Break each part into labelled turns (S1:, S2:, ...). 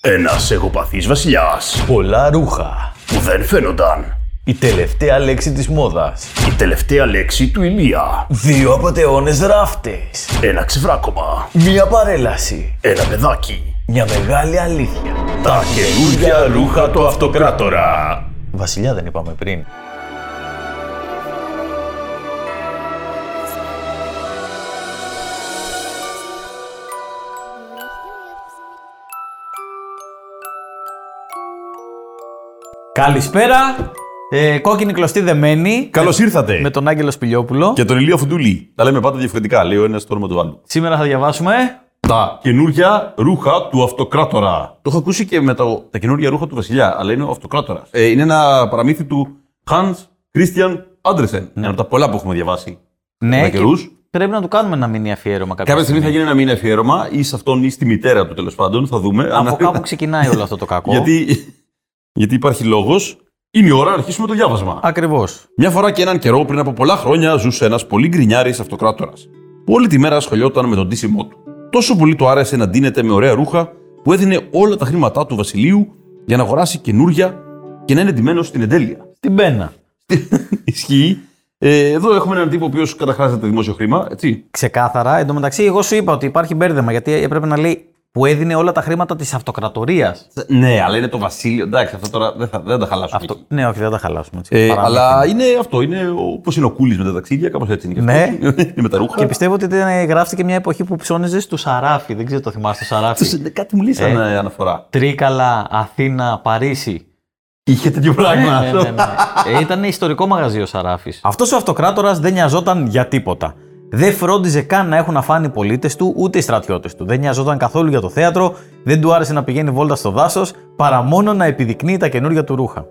S1: Ένας εγωπαθής βασιλιάς
S2: Πολλά ρούχα.
S1: που δεν φαίνονταν.
S2: Η τελευταία λέξη της μόδας.
S1: Η τελευταία λέξη του Ηλία.
S2: Δύο απατεώνες ράφτες.
S1: Ένα ξεβράκωμα.
S2: Μία παρέλαση.
S1: Ένα παιδάκι.
S2: Μια μεγάλη αλήθεια.
S1: Τα καινούργια ρούχα του αυτοκράτορα.
S2: Βασιλιά δεν είπαμε πριν.
S3: Καλησπέρα. Ε, κόκκινη κλωστή δεμένη.
S4: Καλώ ήρθατε.
S3: Με τον Άγγελο Σπηλιόπουλο.
S4: Και τον Ηλίο Φουντούλη. Τα λέμε πάντα διαφορετικά, λέει ο ένας το όνομα του άλλου.
S3: Σήμερα θα διαβάσουμε.
S4: Τα καινούργια ρούχα του Αυτοκράτορα. Το έχω ακούσει και με το... τα καινούργια ρούχα του Βασιλιά, αλλά είναι ο Αυτοκράτορα. Ε, είναι ένα παραμύθι του Hans Christian Andersen. Ένα από τα πολλά που έχουμε διαβάσει.
S3: Ναι,
S4: με
S3: και
S4: καιρούς.
S3: πρέπει να του κάνουμε ένα μήνυ αφιέρωμα κάποια
S4: Κάποια στιγμή θα γίνει ένα μήνα αφιέρωμα ή σε αυτόν ή στη μητέρα του τέλος πάντων. Θα δούμε.
S3: Από κάπου ξεκινάει όλο αυτό το κακό.
S4: γιατί... γιατί υπάρχει λόγος. Είναι η ώρα να αρχίσουμε το διάβασμα.
S3: Ακριβώς.
S4: Μια φορά και έναν καιρό πριν από πολλά χρόνια ζούσε ένας πολύ γκρινιάρης αυτοκράτορας. Όλη τη μέρα ασχολιόταν με τον τίσιμό του. Τόσο πολύ του άρεσε να ντύνεται με ωραία ρούχα που έδινε όλα τα χρήματά του βασιλείου για να αγοράσει καινούρια και να είναι ντυμένος στην εντέλεια.
S3: Την πένα.
S4: Ισχύει. Ε, εδώ έχουμε έναν τύπο ο οποίος καταχράζεται δημόσιο χρήμα, έτσι.
S3: Ξεκάθαρα. Εν τω μεταξύ, εγώ σου είπα ότι υπάρχει μπέρδεμα γιατί έπρεπε να λέει που έδινε όλα τα χρήματα της αυτοκρατορίας.
S4: Ναι, αλλά είναι το βασίλειο. Εντάξει, αυτό τώρα δεν, θα, δεν τα χαλάσουμε.
S3: Αυτό... Ναι, όχι, δεν τα χαλάσουμε. Έτσι.
S4: Ε,
S3: Παράδειγμα.
S4: αλλά είναι αυτό. Είναι όπως είναι ο κούλης με τα ταξίδια, κάπως έτσι είναι. και
S3: Ναι.
S4: αυτό. είναι με τα ρούχα.
S3: Και πιστεύω ότι ήταν, ε, γράφτηκε μια εποχή που ψώνιζε στο Σαράφι. Δεν ξέρω το θυμάσαι το Σαράφι.
S4: Αυτός- Κάτι μου λέει σαν ε, αναφορά.
S3: Τρίκαλα, Αθήνα, Παρίσι.
S4: Είχε τέτοιο πράγμα.
S3: ναι, ναι, ναι. ε, ήταν ιστορικό μαγαζί ο Σαράφης. Αυτός ο αυτοκράτορας δεν νοιαζόταν για τίποτα. Δεν φρόντιζε καν να έχουν αφάνει οι πολίτες του ούτε οι στρατιώτες του. Δεν νοιαζόταν καθόλου για το θέατρο, δεν του άρεσε να πηγαίνει βόλτα στο δάσος, παρά μόνο να επιδεικνύει τα καινούργια του ρούχα.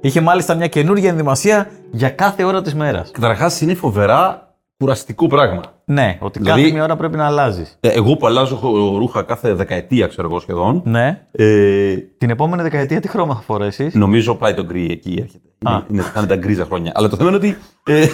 S3: Είχε μάλιστα μια καινούργια ενδυμασία για κάθε ώρα της μέρας.
S4: Καταρχάς είναι φοβερά κουραστικό πράγμα.
S3: Ναι, ότι
S4: Δηλαδή-
S3: κάθε μια ώρα πρέπει να αλλάζεις.
S4: Ε, Εγώ που αλλάζω χο- ρούχα κάθε δεκαετία, ξέρω εγώ σχεδόν.
S3: Ναι.
S4: Ε,
S3: Την επόμενη δεκαετία τι χρώμα θα φορέσεις.
S4: νομίζω πάει το γκρι εκεί έρχεται.
S3: Α.
S4: Είναι, είναι, θα είναι τα γκρίζα χρόνια. Αλλά το θέμα είναι ότι. ε,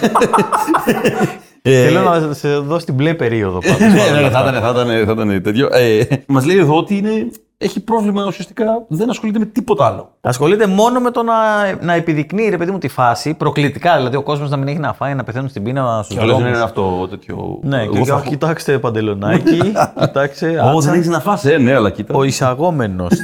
S4: ε,
S3: Θέλω να σε δώσει την μπλε περίοδο πάντως.
S4: ναι, ναι, ναι, θα ήταν, θα ήταν, θα ήταν τέτοιο. Ε, Μας λέει εδώ ότι είναι, έχει πρόβλημα ουσιαστικά, δεν ασχολείται με τίποτα άλλο.
S3: Ασχολείται μόνο με το να, να επιδεικνύει, ρε παιδί μου, τη φάση προκλητικά. Δηλαδή, ο κόσμος να μην έχει να φάει, να πεθαίνουν στην πείνα στους
S4: Και όλες
S3: δρόμους.
S4: είναι αυτό τέτοιο.
S3: Ναι,
S4: εγώ
S3: και
S4: θα
S3: «Α,
S4: έχω-
S3: κοιτάξτε παντελονάκι, κοιτάξτε.
S4: Ω, δεν
S3: άτσα,
S4: έχεις να φας, ε, ναι, αλλά κοίτα.
S3: ο εισαγόμενος.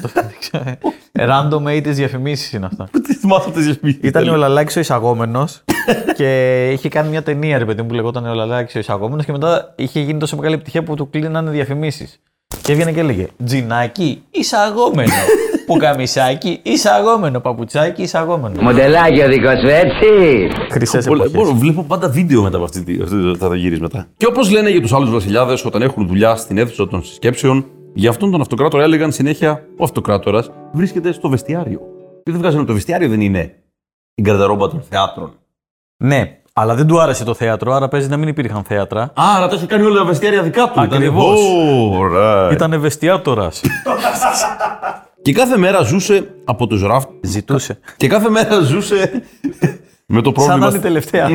S3: Random aid διαφημίσεις είναι αυτά.
S4: Τι θυμάσαι αυτές τις διαφημίσεις.
S3: Ήταν ο Λαλάκης ο εισαγόμενος και είχε κάνει μια ταινία, ρε παιδί μου, που λεγόταν Ο Λαλάκη ο εισαγόμενος και μετά είχε γίνει τόσο μεγάλη επιτυχία που του κλείνανε διαφημίσεις. Και έβγαινε και έλεγε Τζινάκι εισαγόμενο. Πουκαμισάκι εισαγόμενο. Παπουτσάκι εισαγόμενο.
S5: Μοντελάκι ο δικός σου, έτσι.
S3: Χρυσές
S4: Πολλά- μπορώ, βλέπω πάντα βίντεο μετά από αυτή, τη- αυτή τα, τα γύρισματα. Και όπως λένε για τους άλλους βασιλιάδες, όταν έχουν δουλειά στην αίθουσα των συσκέψεων, για αυτόν τον αυτοκράτορα έλεγαν συνέχεια: Ο αυτοκράτορας βρίσκεται στο βεστιάριο. Και δεν βγάζανε το βεστιάριο, δεν είναι η γκαρδαρόμπα των θεάτρων.
S3: Ναι, αλλά δεν του άρεσε το θέατρο, άρα παίζει να μην υπήρχαν θέατρα.
S4: Άρα τα είχε κάνει όλα τα βεστιάρια δικά του. Ήτανε-
S3: Ακριβώς.
S4: Ω, ωραία.
S3: Ήταν ευαισθητάτορα.
S4: Και κάθε μέρα ζούσε από τους ράφτ.
S3: Ζητούσε.
S4: Και κάθε μέρα ζούσε. με το
S3: Σαν να
S4: πρόβλημα. Ναι,
S3: είναι η τελευταία.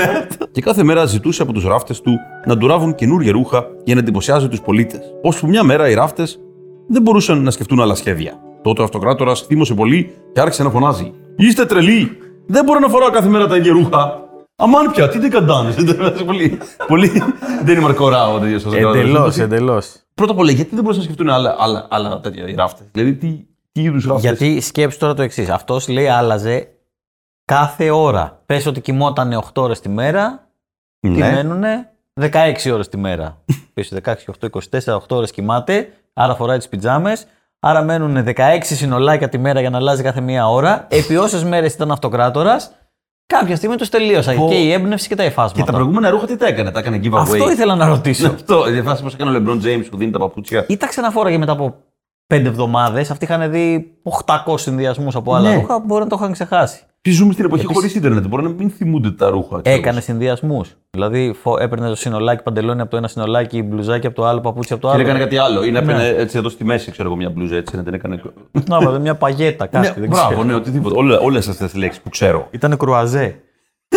S4: και κάθε μέρα ζητούσε από τους ράφτες του να του ράβουν καινούργια ρούχα για να εντυπωσιάζει τους πολίτες. Ώσπου μια μέρα οι ράφτες δεν μπορούσαν να σκεφτούν άλλα σχέδια. Τότε ο αυτοκράτορας θύμωσε πολύ και άρχισε να φωνάζει: Είστε τρελοί! Δεν μπορώ να φοράω κάθε μέρα τα ίδια ρούχα. Αμάν πια, τι δεν καντάνε. πολύ, πολύ. δεν είναι μαρκορά ο τέτοιο
S3: Εντελώ, εντελώς.
S4: Πρώτα απ' όλα, γιατί δεν μπορούσαν να σκεφτούν άλλα, άλλα, άλλα τέτοια οι ράφτες. Δηλαδή, τι, τι είδους ράφτες.
S3: Γιατί σκέψει τώρα το εξής. Αυτός λέει άλλαζε κάθε ώρα. Πες ότι κοιμότανε 8 ώρες τη
S4: Ναι.
S3: μέρα, τι μένουνε 16 ώρες τη μέρα. Πες 16, 8, 24, 8 ώρες κοιμάται, άρα φοράει τις πιτζάμες. Άρα μένουν 16 συνολάκια τη μέρα για να αλλάζει κάθε μία ώρα. Επί όσες μέρες ήταν αυτοκράτορας, κάποια στιγμή τους τελείωσα.
S4: Πω.
S3: Και η έμπνευση και τα
S4: Και τα Ναι.
S3: εφάσματα.
S4: προηγούμενα ρούχα τι τα έκανε, τα έκανε giveaway.
S3: Αυτό ήθελα να ρωτήσω.
S4: Αυτό, η φάση πώ έκανε ο Λεμπρόν Τζέιμ που δίνει τα παπούτσια.
S3: Κοίταξε να φοράγε μετά από πέντε εβδομάδες. Αυτοί είχαν δει 800 συνδυασμούς από άλλα
S4: Ναι.
S3: ρούχα. Μπορεί να το είχαν ξεχάσει.
S4: Τι ζούμε στην εποχή χωρίς Ιντερνετ. Μπορεί να μην θυμούνται τα ρούχα. ξέρω.
S3: Έκανε συνδυασμούς. Δηλαδή φο... έπαιρνε το συνολάκι παντελόνι από το ένα συνολάκι, μπλουζάκι από το άλλο, παπούτσι από το
S4: Και
S3: άλλο.
S4: έκανε κάτι άλλο. Ναι. Ή να έπαιρνε έτσι εδώ στη μέση, ξέρω εγώ, μια μπλούζα έτσι. Να την έκανε.
S3: Να βάλε μια παγέτα, κάσκη.
S4: Ναι,
S3: δεν ξέρω.
S4: Μπράβο, ναι, οτιδήποτε. Ναι. Όλες αυτές τις λέξεις που ξέρω.
S3: Ήταν κρουαζέ.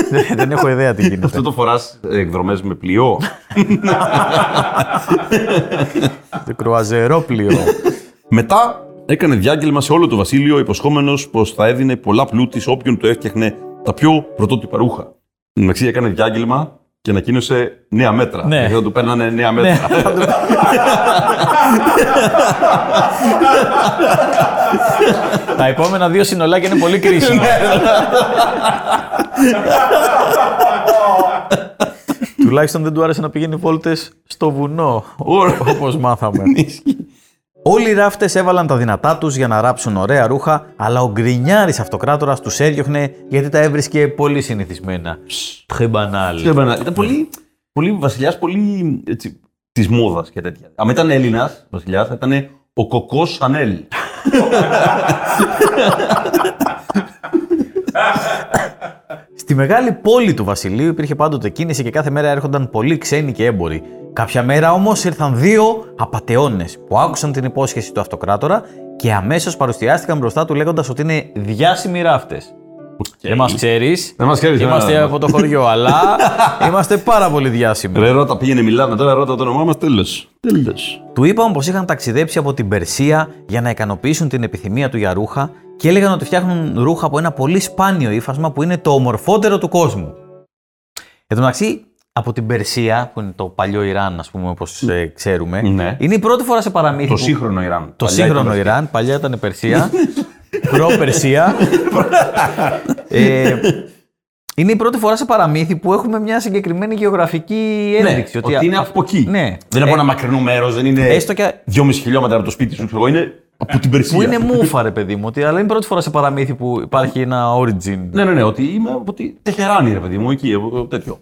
S3: δεν, δεν έχω ιδέα τι γίνεται.
S4: Αυτό το φοράς εκδρομές με πλοίο.
S3: το κρουαζερό πλοίο.
S4: Μετά έκανε διάγγελμα σε όλο το βασίλειο, υποσχόμενος πως θα έδινε πολλά πλούτη σε όποιον του έφτιαχνε τα πιο πρωτότυπα ρούχα. Εν τω μεταξύ, έκανε διάγγελμα και ανακοίνωσε νέα μέτρα.
S3: Ναι.
S4: Γιατί θα του παίρνανε νέα μέτρα.
S3: Τα επόμενα δύο συνολάκια είναι πολύ κρίσιμα.
S4: Ναι.
S3: Τουλάχιστον δεν του άρεσε να πηγαίνει βόλτες στο βουνό,
S4: Ωραία.
S3: όπως μάθαμε. Όλοι οι ράφτες έβαλαν τα δυνατά τους για να ράψουν ωραία ρούχα, αλλά ο γκρινιάρης αυτοκράτορας τους έδιωχνε γιατί τα έβρισκε πολύ συνηθισμένα. Τρεμπανάλ.
S4: Ξέρω, Μπερνάρ, Ήταν πολύ, πολύ βασιλιάς, πολύ έτσι, της μόδας και τέτοια. Αν ήταν Έλληνας βασιλιάς, θα ήταν ο Κοκός Σανέλ.
S3: Στη μεγάλη πόλη του βασιλείου υπήρχε πάντοτε κίνηση και κάθε μέρα έρχονταν πολλοί ξένοι και έμποροι. Κάποια μέρα όμως ήρθαν δύο απαταιώνες που άκουσαν την υπόσχεση του αυτοκράτορα και αμέσως παρουσιάστηκαν μπροστά του λέγοντας ότι είναι διάσημοι ράφτες. Δεν μας ξέρεις.
S4: Δεν μας ξέρεις,
S3: Είμαστε
S4: ναι, ναι.
S3: από το χωριό, αλλά είμαστε πάρα πολύ διάσημοι.
S4: Ρε ρώτα, πήγαινε μιλάμε τώρα, ρώτα το όνομά μας, τέλος. Τέλος.
S3: Του είπαν πως είχαν ταξιδέψει από την Περσία για να ικανοποιήσουν την επιθυμία του για ρούχα και έλεγαν ότι φτιάχνουν ρούχα από ένα πολύ σπάνιο ύφασμα που είναι το ομορφότερο του κόσμου. Εν τω μεταξύ, από την Περσία, που είναι το παλιό Ιράν, ας πούμε, όπως ξέρουμε,
S4: Ναι.
S3: είναι η πρώτη φορά σε παραμύθι.
S4: Το
S3: που-
S4: σύγχρονο Ιράν.
S3: το
S4: Παλιά
S3: σύγχρονο
S4: ήταν-
S3: Ιράν, παλιά ήταν Περσία. Προ-Περσία. ε, είναι η πρώτη φορά σε παραμύθι που έχουμε μια συγκεκριμένη γεωγραφική
S4: Ναι,
S3: ένδειξη.
S4: ότι, Ε- είναι από εκεί.
S3: Ναι.
S4: Δεν είναι από ένα μακρινό μέρος, δεν είναι
S3: Έστω και
S4: 2,5 χιλιόμετρα από το σπίτι σου, ξέρω εγώ, είναι από την Περσία.
S3: Που είναι μούφα, ρε παιδί μου, ότι, αλλά είναι πρώτη φορά σε παραμύθι που υπάρχει ένα origin.
S4: Ναι, ναι, ναι, ότι είμαι από τη Τεχεράνη, ρε παιδί μου, εκεί, από- από τέτοιο.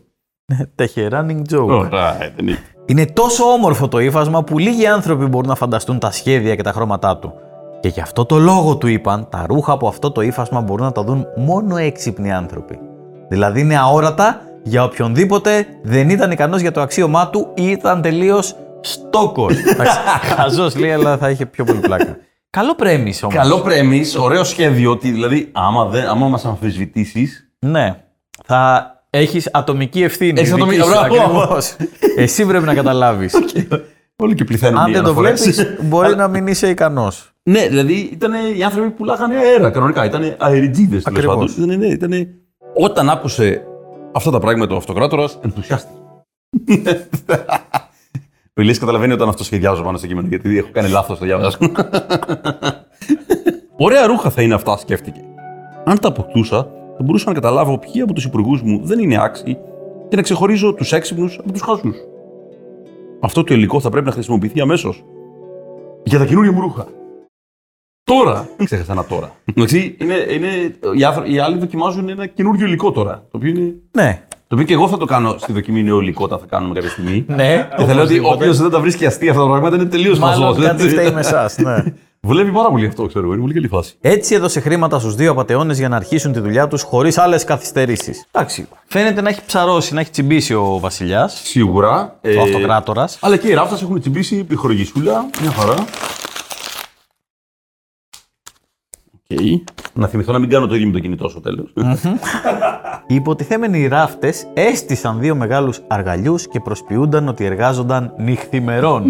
S3: Τεχεράνινγκ joke.
S4: Ωραία, δεν είναι.
S3: Είναι τόσο όμορφο το ύφασμα που λίγοι άνθρωποι μπορούν να φανταστούν τα σχέδια και τα χρώματά του. Και γι' αυτό το λόγο του είπαν, τα ρούχα από αυτό το ύφασμα μπορούν να τα δουν μόνο έξυπνοι άνθρωποι. Δηλαδή είναι αόρατα για οποιονδήποτε δεν ήταν ικανός για το αξίωμά του ή ήταν τελείως στόκος. Χαζός λέει, αλλά θα είχε πιο πολύ πλάκα. Καλό πρέμις όμως.
S4: Καλό πρέμις, ωραίο σχέδιο. Ότι δηλαδή, άμα, δεν, άμα μας αμφισβητήσεις,
S3: Ναι. Θα έχεις ατομική ευθύνη.
S4: Έχεις
S3: δική
S4: ατομική-
S3: σου,
S4: μπράβο.
S3: ακριβώς. Εσύ πρέπει να καταλάβεις.
S4: Όλοι και πληθαίνουν
S3: Αν
S4: οι
S3: δεν το
S4: αναφορές.
S3: βλέπεις, μπορεί να μην είσαι ικανός.
S4: Ναι, δηλαδή ήταν οι άνθρωποι που λάγανε αέρα κανονικά. Ήταν αεριτζίδε τέλος
S3: Ακριβώς.
S4: πάντων. Ήτανε, ναι, ήτανε... Όταν άκουσε αυτά τα πράγματα ο αυτοκράτορας, ενθουσιάστηκε. Ο Ηλίας καταλαβαίνει όταν αυτό σχεδιάζω πάνω στο κείμενο, γιατί έχω κάνει λάθος το διάβασμα. Ωραία ρούχα θα είναι αυτά, σκέφτηκε. Αν τα αποκτούσα, θα μπορούσα να καταλάβω ποιοι από τους υπουργούς μου δεν είναι άξιοι και να ξεχωρίζω τους έξυπνους από τους χαζού. Αυτό το υλικό θα πρέπει να χρησιμοποιηθεί αμέσως για τα καινούργια μου ρούχα. Τώρα! Ξέχασα ένα τώρα. Εντάξει, είναι, είναι, οι, άνθρωποι, οι άλλοι δοκιμάζουν ένα καινούργιο υλικό τώρα. Το οποίο, είναι,
S3: Ναι.
S4: το οποίο και εγώ θα το κάνω στη δοκιμή νέο υλικό, θα, θα κάνουμε κάποια στιγμή.
S3: Ναι.
S4: Και θα λέω ότι όποιος δεν τα βρίσκει αστεία αυτά τα πράγματα είναι τελείως χαζό.
S3: Μάλλον κάτι φταίει με εσάς. Ναι.
S4: Βολεύει πάρα πολύ αυτό, ξέρω εγώ. Είναι πολύ καλή φάση.
S3: Έτσι έδωσε χρήματα στους δύο απαταιώνες για να αρχίσουν τη δουλειά τους χωρίς άλλες καθυστερήσεις. Εντάξει. Φαίνεται να έχει ψαρώσει, να έχει τσιμπήσει ο βασιλιάς,
S4: Σίγουρα. ε,
S3: ο αυτοκράτορας.
S4: Αλλά και οι ράφτες έχουν τσιμπήσει η χορηγησούλα. Μια χαρά. Οκ. Ναι. Να θυμηθώ να μην κάνω το ίδιο με το κινητό στο τέλο.
S3: Οι υποτιθέμενοι ράφτες έστησαν δύο μεγάλους αργαλιούς και προσποιούνταν ότι εργάζονταν νυχθημερών.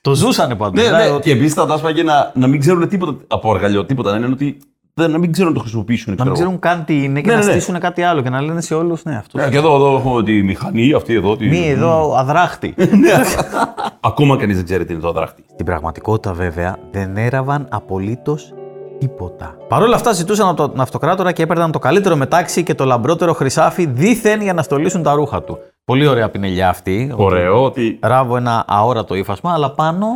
S3: Το ζούσανε δηλαδή, πάντως.
S4: Ναι, ναι. Και επίσης θα τα έσπαγε να, να μην ξέρουν τίποτα από αργαλείο, τίποτα. Να είναι ότι δεν, να μην ξέρουν να το χρησιμοποιήσουν.
S3: Να μην ξέρουν καν τι είναι και
S4: Ναι,
S3: να
S4: ναι, ναι.
S3: στήσουν κάτι άλλο και να λένε σε όλους, ναι, αυτό.
S4: Ε, και εδώ, εδώ έχω τη μηχανή αυτή εδώ. Τη...
S3: Μη εδώ αδράχτη.
S4: Ακόμα κανείς δεν ξέρει τι είναι το δράχτη.
S3: Στην πραγματικότητα, βέβαια, δεν έραβαν απολύτως τίποτα. Παρ' όλα αυτά, ζητούσαν από τον αυτοκράτορα και έπαιρναν το καλύτερο μετάξι και το λαμπρότερο χρυσάφι δίθεν για να στολίσουν τα ρούχα του. Πολύ ωραία πινελιά αυτή.
S4: Ωραίο ότι.
S3: Ράβω ένα αόρατο ύφασμα, αλλά πάνω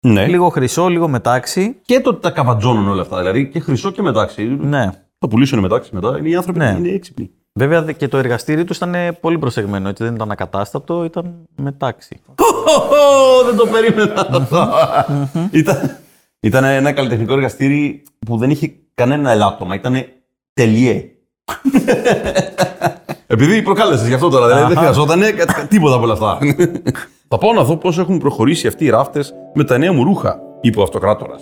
S4: Ναι.
S3: λίγο χρυσό, λίγο μετάξι.
S4: Και το ότι τα καβατζώνουν όλα αυτά. Δηλαδή και χρυσό και μετάξι.
S3: Ναι.
S4: Θα πουλήσουν μετάξι μετά. Είναι οι άνθρωποι
S3: Ναι.
S4: που είναι έξυπνοι.
S3: Βέβαια δε- και το εργαστήρι τους ήταν ε, πολύ προσεγμένο, έτσι δεν ήταν ακατάστατο, ήταν μετάξι.
S4: Ω, δεν το περίμενα αυτό. Ήταν, ήταν ένα καλλιτεχνικό εργαστήρι που δεν είχε κανένα ελάττωμα. Ήταν τελειέ. Επειδή προκάλεσες γι' αυτό τώρα, δηλαδή δεν χρειαζόταν τίποτα από όλα αυτά. Θα πάω να δω πώς έχουν προχωρήσει αυτοί οι ράφτες με τα νέα μου ρούχα, είπε ο Αυτοκράτορας.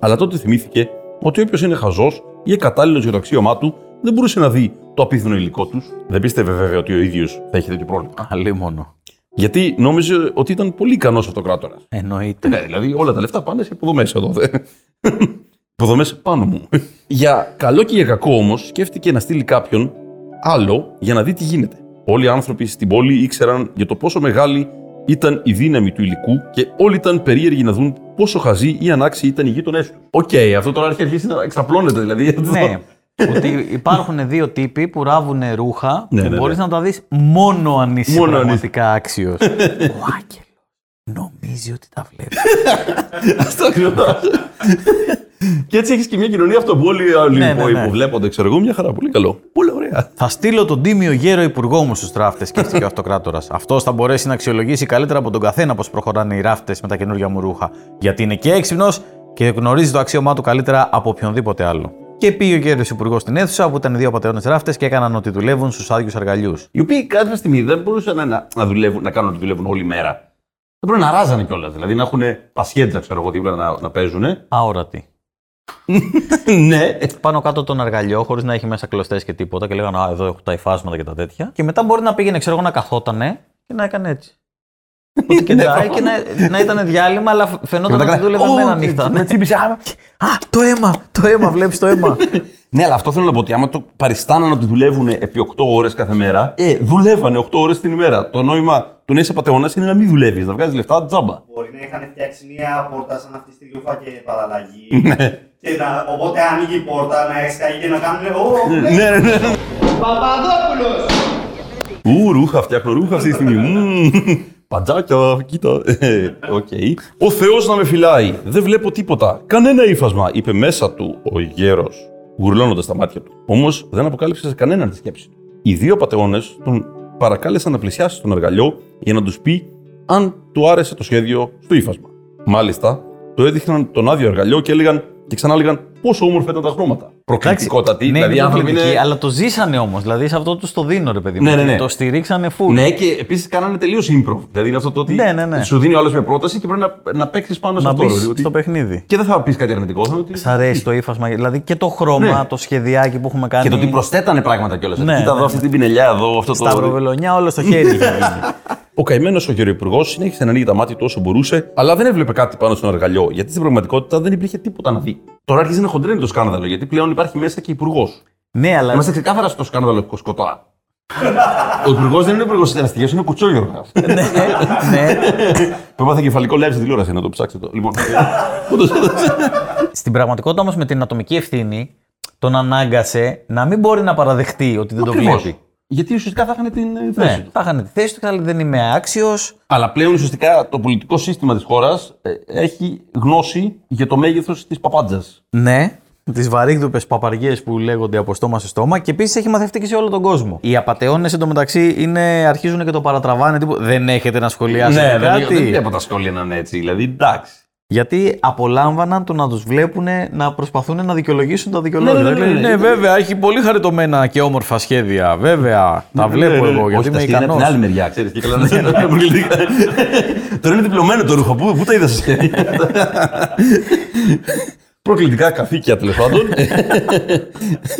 S4: Αλλά τότε θυμήθηκε ότι όποιος είναι χαζός ή κατάλληλο για το αξίωμά του δεν μπορούσε να δει το απίθυνο υλικό τους. Δεν πίστευε βέβαια ότι ο ίδιος θα είχε τέτοιο πρόβλημα.
S3: Αλλή μόνο.
S4: Γιατί νόμιζε ότι ήταν πολύ ικανός αυτοκράτορας.
S3: Εννοείται.
S4: Ναι, δηλαδή όλα τα λεφτά πάνε σε υποδομές εδώ. Δε. υποδομές πάνω μου. για καλό και για κακό όμως, σκέφτηκε να στείλει κάποιον άλλο για να δει τι γίνεται. Όλοι οι άνθρωποι στην πόλη ήξεραν για το πόσο μεγάλη ήταν η δύναμη του υλικού και όλοι ήταν περίεργοι να δουν πόσο χαζή ή ανάξιοι ήταν οι γείτονές του. Οκ, αυτό τώρα έχει αρχίσει να εξαπλώνεται δηλαδή.
S3: ναι. ότι υπάρχουν δύο τύποι που ράβουν ρούχα
S4: Ναι,
S3: που
S4: ναι,
S3: μπορεί
S4: ναι.
S3: να τα δεις μόνο αν είσαι
S4: Μόνο αν
S3: πραγματικά άξιος. Ο Άκελ νομίζει ότι τα βλέπει.
S4: Αυτό ακριβώς. και έτσι έχεις και μια κοινωνία αυτοπόλη
S3: Ναι, ναι, ναι.
S4: που βλέπονται, ξέρω εγώ, μια χαρά. Πολύ καλό. Πολύ ωραία.
S3: θα στείλω τον τίμιο γέρο υπουργό μου στους ράφτε, σκέφτηκε ο αυτοκράτορας. Αυτός θα μπορέσει να αξιολογήσει καλύτερα από τον καθένα πώς προχωράνε οι ράφτες με τα καινούργια μου ρούχα. Γιατί είναι και έξυπνος και γνωρίζει το αξίωμά του καλύτερα από οποιονδήποτε άλλο. Και πήγε ο γέρο υπουργός στην αίθουσα που ήταν οι δύο πατεώνε ράφτες και έκαναν ότι δουλεύουν στους άδειους αργαλιούς.
S4: Οι οποίοι κάποια στιγμή δεν μπορούσαν να, να, δουλεύουν, να κάνουν ότι δουλεύουν όλη μέρα. Δεν πρέπει να ράζανε κιόλας. Δηλαδή να έχουν πασχέντζα, ξέρω εγώ, δίπλα να, να παίζουν.
S3: Αόρατοι.
S4: ναι.
S3: πάνω κάτω τον αργαλιό, χωρίς να έχει μέσα κλωστές και τίποτα, και λέγανε Α, εδώ έχω τα υφάσματα και τα τέτοια. Και μετά μπορεί να πήγαινε, ξέρω εγώ, να καθότανε και να έκανε έτσι. Ότι κεντράει και να, να ήταν διάλειμμα, αλλά φαινόταν ότι δούλευε μέρα νύχτα.
S4: Με τσίπησε. άμα.
S3: Α, το αίμα! Το αίμα, βλέπεις το αίμα.
S4: Ναι, αλλά αυτό θέλω να πω ότι άμα το παριστάνανε ότι δουλεύουν επί 8 ώρες κάθε μέρα, ε, δουλεύανε 8 ώρες την ημέρα. Το νόημα του να είσαι πατεώνας είναι να μην δουλεύεις, να βγάζεις λεφτά τζάμπα.
S6: Μπορεί να είχαν φτιάξει μια πόρτα σαν αυτή στη λούφα και παραλλαγή.
S3: Ναι.
S6: και να, οπότε άνοιγε η πόρτα να εξκαγεί και να κάνουν. «Ω,
S4: ναι, ναι, ναι. Παπαδόπουλος! Ου, ρούχα, φτιάχνω ρούχα αυτή τη στιγμή. Μμμ. Παντζάκια, κοίτα. Ε, Οκ. Ο Θεός να με φυλάει. Δεν βλέπω τίποτα. Κανένα ύφασμα, είπε μέσα του ο γέρος, γουρλώνοντας τα μάτια του. Όμως δεν αποκάλυψε σε κανέναν τη σκέψη του. Οι δύο πατεώνες τον παρακάλεσαν να πλησιάσει στον εργαλειό για να τους πει αν του άρεσε το σχέδιο στο ύφασμα. Μάλιστα, το έδειχναν τον άδειο εργαλειό και έλεγαν και ξανά έλεγαν πόσο όμορφα ήταν τα χρώματα. Προκλητικότατη,
S3: ναι,
S4: δηλαδή
S3: είναι
S4: άνθρωποι
S3: προκλητική,
S4: είναι-
S3: Αλλά το ζήσανε όμως. Δηλαδή σε αυτό τους το δίνω, ρε παιδί μου.
S4: Ναι, ναι, ναι.
S3: Το στηρίξανε φουλ.
S4: Ναι, και επίσης κάνανε τελείως improv. Δηλαδή είναι αυτό το ότι
S3: Ναι, ναι, ναι.
S4: σου δίνει ο άλλος μια πρόταση και πρέπει να, να παίξεις πάνω σε
S3: να
S4: αυτό.
S3: μπει
S4: δηλαδή, ότι-
S3: στο παιχνίδι.
S4: Και δεν θα πεις κάτι αρνητικό. θα είναι Ότι...
S3: Σ' αρέσει το ύφασμα, δηλαδή και το χρώμα,
S4: Ναι.
S3: το σχεδιάκι που έχουμε κάνει.
S4: Και το ότι προσθέτανε πράγματα κιόλας.
S3: Ναι,
S4: Κοίτα
S3: ναι,
S4: εδώ αυτή την πινελιά εδώ, αυτό
S3: Στα
S4: το.
S3: βροβελονιά όλο στο χέρι. είχε γίνει.
S4: Ο καημένος ο γεωργό συνέχισε να ανοίγει τα μάτια του όσο μπορούσε, αλλά δεν έβλεπε κάτι πάνω στον αργαλιό, γιατί στην πραγματικότητα δεν υπήρχε τίποτα να δει. Τώρα άρχισε να χοντρένει το σκάνδαλο, γιατί πλέον υπάρχει μέσα και υπουργός.
S3: ναι, αλλά
S4: Είμαστε ξεκάθαρα στο σκάνδαλο Κοσκοτά. ο υπουργός δεν είναι υπουργός της Ελαστική, είναι κουτσόγιοργα.
S3: ναι.
S4: Που έπαθε κεφαλικό live στην τηλεόραση, να το ψάξετε το. Λοιπόν. όντως, όντως.
S3: Στην πραγματικότητα όμως με την ατομική ευθύνη τον ανάγκασε να μην μπορεί να παραδεχτεί ότι δεν το
S4: Ακριβώς.
S3: βλέπει.
S4: Λοιπόν, Γιατί ουσιαστικά θα είχαν την ε, θέση
S3: Ναι,
S4: τους.
S3: θα είχαν τη θέση τους και θα λέει, δεν είμαι άξιος.
S4: Αλλά πλέον ουσιαστικά το πολιτικό σύστημα της χώρας έχει γνώση για το μέγεθος της παπάντζας.
S3: Ναι. Τις βαρύγδουπε παπαριές που λέγονται από στόμα σε στόμα και επίσης έχει μαθευτεί και σε όλο τον κόσμο. Οι απαταιώνες εντωμεταξύ είναι, αρχίζουν και το παρατραβάνε. Τύπου, δεν έχετε να σχολιάσετε
S4: Ναι, δεν
S3: Ναι, κάτι.
S4: δεν από τα σχόλια να είναι έτσι. Δηλαδή εντάξει.
S3: Γιατί απολάμβαναν το να τους βλέπουν να προσπαθούν να δικαιολογήσουν τα δικαιολόγια.
S4: Ναι, ναι, ναι, ναι.
S3: Δηλαδή, βέβαια, έχει πολύ χαριτωμένα και όμορφα σχέδια. Βέβαια, ναι, τα βλέπω εγώ γιατί είμαι
S4: Ναι, Όχι, τα σκηνή είναι από
S3: ικανό.
S4: την άλλη μεριά, ξέρεις. Και καλά να είναι πολιτικά. Τώρα είναι διπλωμένο το ρούχο. Πού, πού τα είδα σε σχέδια. Προκλητικά καθήκια τέλος πάντων.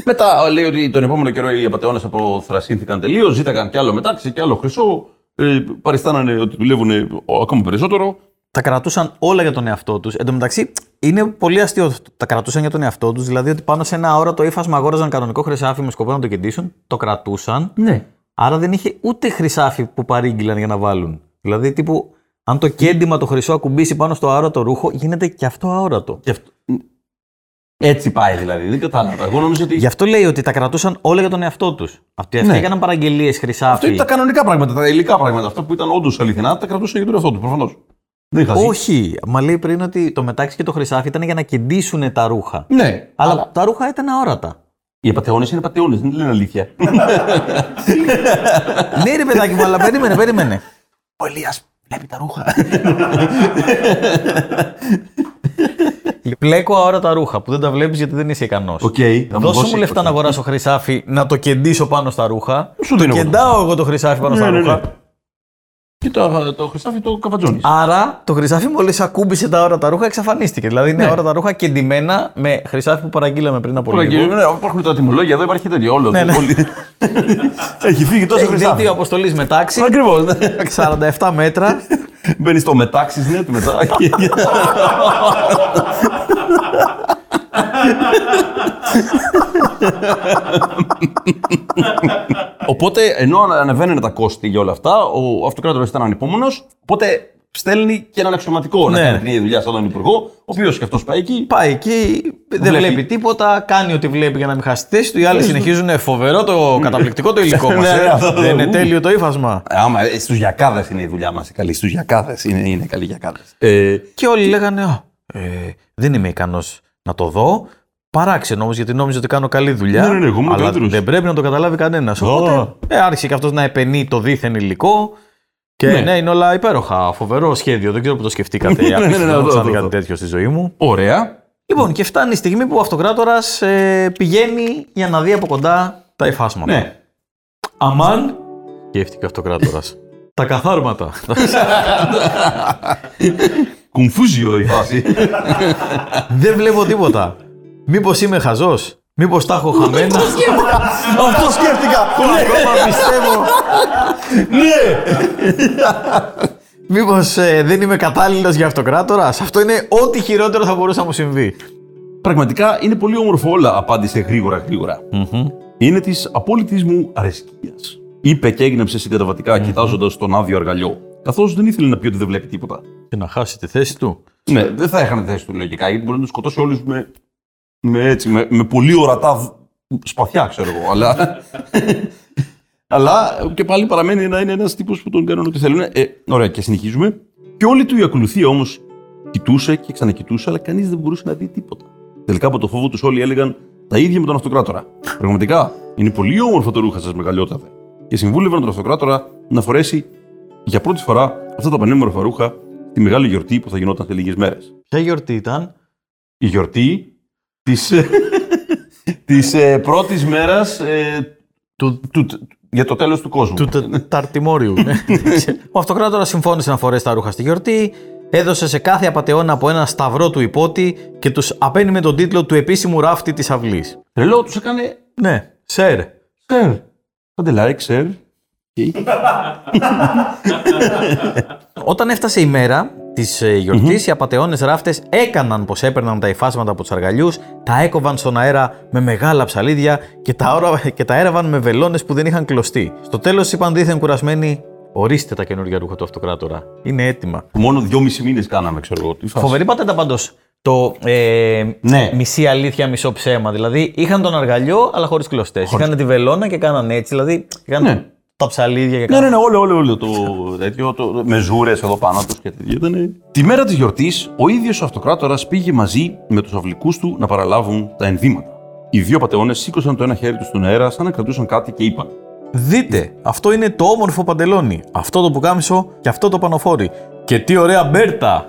S4: μετά λέει ότι τον επόμενο καιρό οι απαταιώνες αποθρασύνθηκαν τελείως, ζήταγαν κι άλλο μετάξι κι άλλο χρυσό. Ε, παριστάνανε ότι δουλεύουν ακόμα περισσότερο.
S3: τα κρατούσαν όλα για τον εαυτό τους. Εν τω μεταξύ, είναι πολύ αστείο αυτό. Τα κρατούσαν για τον εαυτό τους, δηλαδή ότι πάνω σε ένα ώρα το ύφασμα αγόραζαν κανονικό χρυσάφι με σκοπό να το κεντήσουν, το κρατούσαν.
S4: Ναι.
S3: Άρα δεν είχε ούτε χρυσάφι που παρήγγυλαν για να βάλουν. Δηλαδή, τύπου, αν το κέντημα το χρυσό ακουμπήσει πάνω στο αόρατο ρούχο, γίνεται και αυτό αόρατο.
S4: Και αυτό... Έτσι πάει δηλαδή. Δεν κατάλαβα. Εγώ νομίζω ότι.
S3: Γι' αυτό λέει ότι τα κρατούσαν όλα για τον εαυτό τους. Αυτοί, αυτοί
S4: Ναι.
S3: έκαναν παραγγελίες
S4: Αυτό
S3: χρυσάφι.
S4: είναι τα κανονικά πράγματα, τα υλικά πράγματα. Αυτά που ήταν όντως αληθινά, τα κρατούσε για τον εαυτό τους προφανώς. Δεν είχα ζήσει.
S3: Όχι, μα λέει πριν ότι το μετάξι και το χρυσάφι ήταν για να κεντήσουν τα ρούχα.
S4: Ναι.
S3: Αλλά, τα ρούχα ήταν αόρατα.
S4: Οι πατεώνε είναι πατεώνες, δεν λένε αλήθεια.
S3: ναι, ρε παιδάκι μου, αλλά περίμενε, περίμενε.
S4: Ο Ελίας βλέπει τα ρούχα.
S3: Πλέκω αόρατα ρούχα που δεν τα βλέπεις γιατί δεν είσαι ικανός.
S4: Οκ, θα μου
S3: Δώσε
S4: δώσει-
S3: μου λεφτά να αγοράσω χρυσάφι, να το κεντήσω πάνω στα ρούχα.
S4: Σου δίνω
S3: Ναι,
S4: εγώ.
S3: Κεντάω εγώ το χρυσάφι πάνω στα ρούχα.
S4: Και το, το Χριστάφι το καβατζόνι.
S3: Άρα το χρυσάφι μόλις ακούμπησε τα ώρα τα ρούχα εξαφανίστηκε. Δηλαδή
S4: Ναι.
S3: είναι ώρα τα ρούχα κεντυμένα με χρυσάφι που παραγγείλαμε πριν από λίγο.
S4: Ναι, υπάρχουν τα τιμολόγια, εδώ υπάρχει τέτοιο όλο.
S3: Ναι, ναι.
S4: Πολύ... Ε, Έχει φύγει τόσο
S3: Έχει δίκτυο
S4: Χριστάφι.
S3: αποστολής με τάξη.
S4: Ακριβώς.
S3: 47 μέτρα.
S4: Μπαίνεις στο μετάξι, ναι, του μετά. Οπότε, ενώ ανεβαίνουν τα κόστη για όλα αυτά, ο αυτοκράτορας ήταν ανυπόμονος. Οπότε στέλνει και έναν αξιωματικό να
S3: Ναι.
S4: κάνει την δουλειά σαν τον υπουργό, ο οποίος και αυτός πάει εκεί.
S3: Πάει εκεί, δεν
S4: Βλέπει.
S3: βλέπει. τίποτα, κάνει ό,τι βλέπει για να μην χάσει τη θέση του. Οι άλλοι συνεχίζουν «Ε, φοβερό το καταπληκτικό το υλικό μα.
S4: Ναι, αυτό το-
S3: δεν είναι τέλειο το ύφασμα.
S4: Ε, Άμα στους γιακάδες είναι η δουλειά μας. Καλή στους γιακάδες είναι, είναι καλή γιακάδε. Ε,
S3: Και όλοι λέγανε, «Α, ε, δεν είμαι ικανός να το δω. Παράξενο όμως, γιατί νόμιζα ότι κάνω καλή δουλειά.
S4: Ναι, ναι, ναι, εγώ είμαι ο
S3: αλλά
S4: καλύτερος.
S3: δεν πρέπει να το καταλάβει κανένας. Οπότε ε, άρχισε και αυτός να επενεί το δίθεν υλικό. Και
S4: Ναι.
S3: ναι. είναι όλα υπέροχα. Φοβερό σχέδιο. Δεν ξέρω που το σκεφτήκατε.
S4: Ναι, ναι, ναι,
S3: Απίστευτο,
S4: ναι,
S3: δεν
S4: αυτό,
S3: μου
S4: αυτό,
S3: ξανά κάτι
S4: αυτό.
S3: τέτοιο στη ζωή μου.
S4: ωραία.
S3: Λοιπόν, και φτάνει η στιγμή που ο αυτοκράτορας πηγαίνει για να δει από κοντά τα υφάσματα.
S4: Ναι.
S3: Αμάν. Σκέφτηκε ο αυτοκράτορας. τα καθάρματα.
S4: Κουμφούζιο η φάση.
S3: Δεν βλέπω τίποτα. Μήπως είμαι χαζός. Μήπως τα έχω χαμένα. Αυτό σκέφτηκα. Ακόμα πιστεύω. Ναι. Μήπως δεν είμαι κατάλληλος για αυτοκράτορα. Αυτό είναι ό,τι χειρότερο θα μπορούσε να μου συμβεί.
S4: Πραγματικά είναι πολύ όμορφο όλα, απάντησε γρήγορα γρήγορα. Είναι της απόλυτης μου αρεσκία. Είπε και έγνεψε συγκαταβατικά, κοιτάζοντας τον άδειο αργαλιό. Καθώς δεν ήθελε να πει ότι δεν βλέπει τίποτα.
S3: Και να χάσει τη θέση του.
S4: Ναι, δεν θα έχανε θέση του λογικά, γιατί μπορεί να του σκοτώσει όλους με, με, έτσι, με, με πολύ ορατά δ- σπαθιά, ξέρω εγώ. Αλλά, αλλά και πάλι παραμένει να είναι ένας τύπος που τον κάνουν ό,τι θέλουν. Ε, ωραία, και συνεχίζουμε. Και όλη του η ακολουθία όμως κοιτούσε και ξανακοιτούσε, αλλά κανείς δεν μπορούσε να δει τίποτα. Τελικά από το φόβο τους όλοι έλεγαν τα ίδια με τον Αυτοκράτορα. Πραγματικά είναι πολύ όμορφο το ρούχα σας, μεγαλειότατε. Και συμβούλευαν τον Αυτοκράτορα να φορέσει για πρώτη φορά αυτά τα πανέμορφα ρούχα τη μεγάλη γιορτή που θα γινόταν σε λίγες μέρες.
S3: Ποια γιορτή ήταν.
S4: Η γιορτή της της, ε, πρώτης μέρας του, του- του- για το τέλος του κόσμου.
S3: του τε- Ταρτιμόριου. Ναι. Ο Αυτοκράτορας συμφώνησε να φορέσει τα ρούχα στη γιορτή, έδωσε σε κάθε απαταιώνα από ένα σταυρό του υπότη και τους απένει με τον τίτλο του επίσημου ράφτη της αυλής.
S4: Τρελό, τους έκανε.
S3: Ναι, σερ.
S4: Σερ. Παντελάρη, ξέρ.
S3: Όταν έφτασε η μέρα τη γιορτη οι απαταιώνες ράφτες έκαναν πως έπαιρναν τα υφάσματα από τους αργαλιούς, τα έκοβαν στον αέρα με μεγάλα ψαλίδια και τα, όρα- και τα έραβαν με βελόνες που δεν είχαν κλωστεί. Στο τέλος είπαν δίθεν κουρασμένοι: Ορίστε τα καινούργια ρούχα του Αυτοκράτορα. Είναι έτοιμα.
S4: Μόνο δυόμισι μήνες κάναμε, ξέρω εγώ. Τι φάση.
S3: Φοβερή πατέντα πάντως. Το ε,
S4: Ναι.
S3: μισή αλήθεια, μισό ψέμα. Δηλαδή είχαν τον αργαλιό, αλλά χωρίς κλωστές. Είχαν τη βελόνα και κάναν έτσι. Δηλαδή είχαν
S4: Ναι.
S3: τα ψαλίδια και
S4: Ναι,
S3: κάναν.
S4: ναι, ναι, όλο, όλο, όλο το τέτοιο, το, με ζούρες εδώ πάνω τους και τέτοια. Ήταν... Τη μέρα της γιορτής, ο ίδιος ο Αυτοκράτορας πήγε μαζί με τους αυλικούς του να παραλάβουν τα ενδύματα. Οι δύο πατεώνες σήκωσαν το ένα χέρι τους στον αέρα, σαν να κρατούσαν κάτι και είπαν:
S3: ναι, Δείτε, αυτό είναι το όμορφο παντελόνι. Αυτό το πουκάμισο και αυτό το πανοφόρι. Και τι ωραία μπέρτα!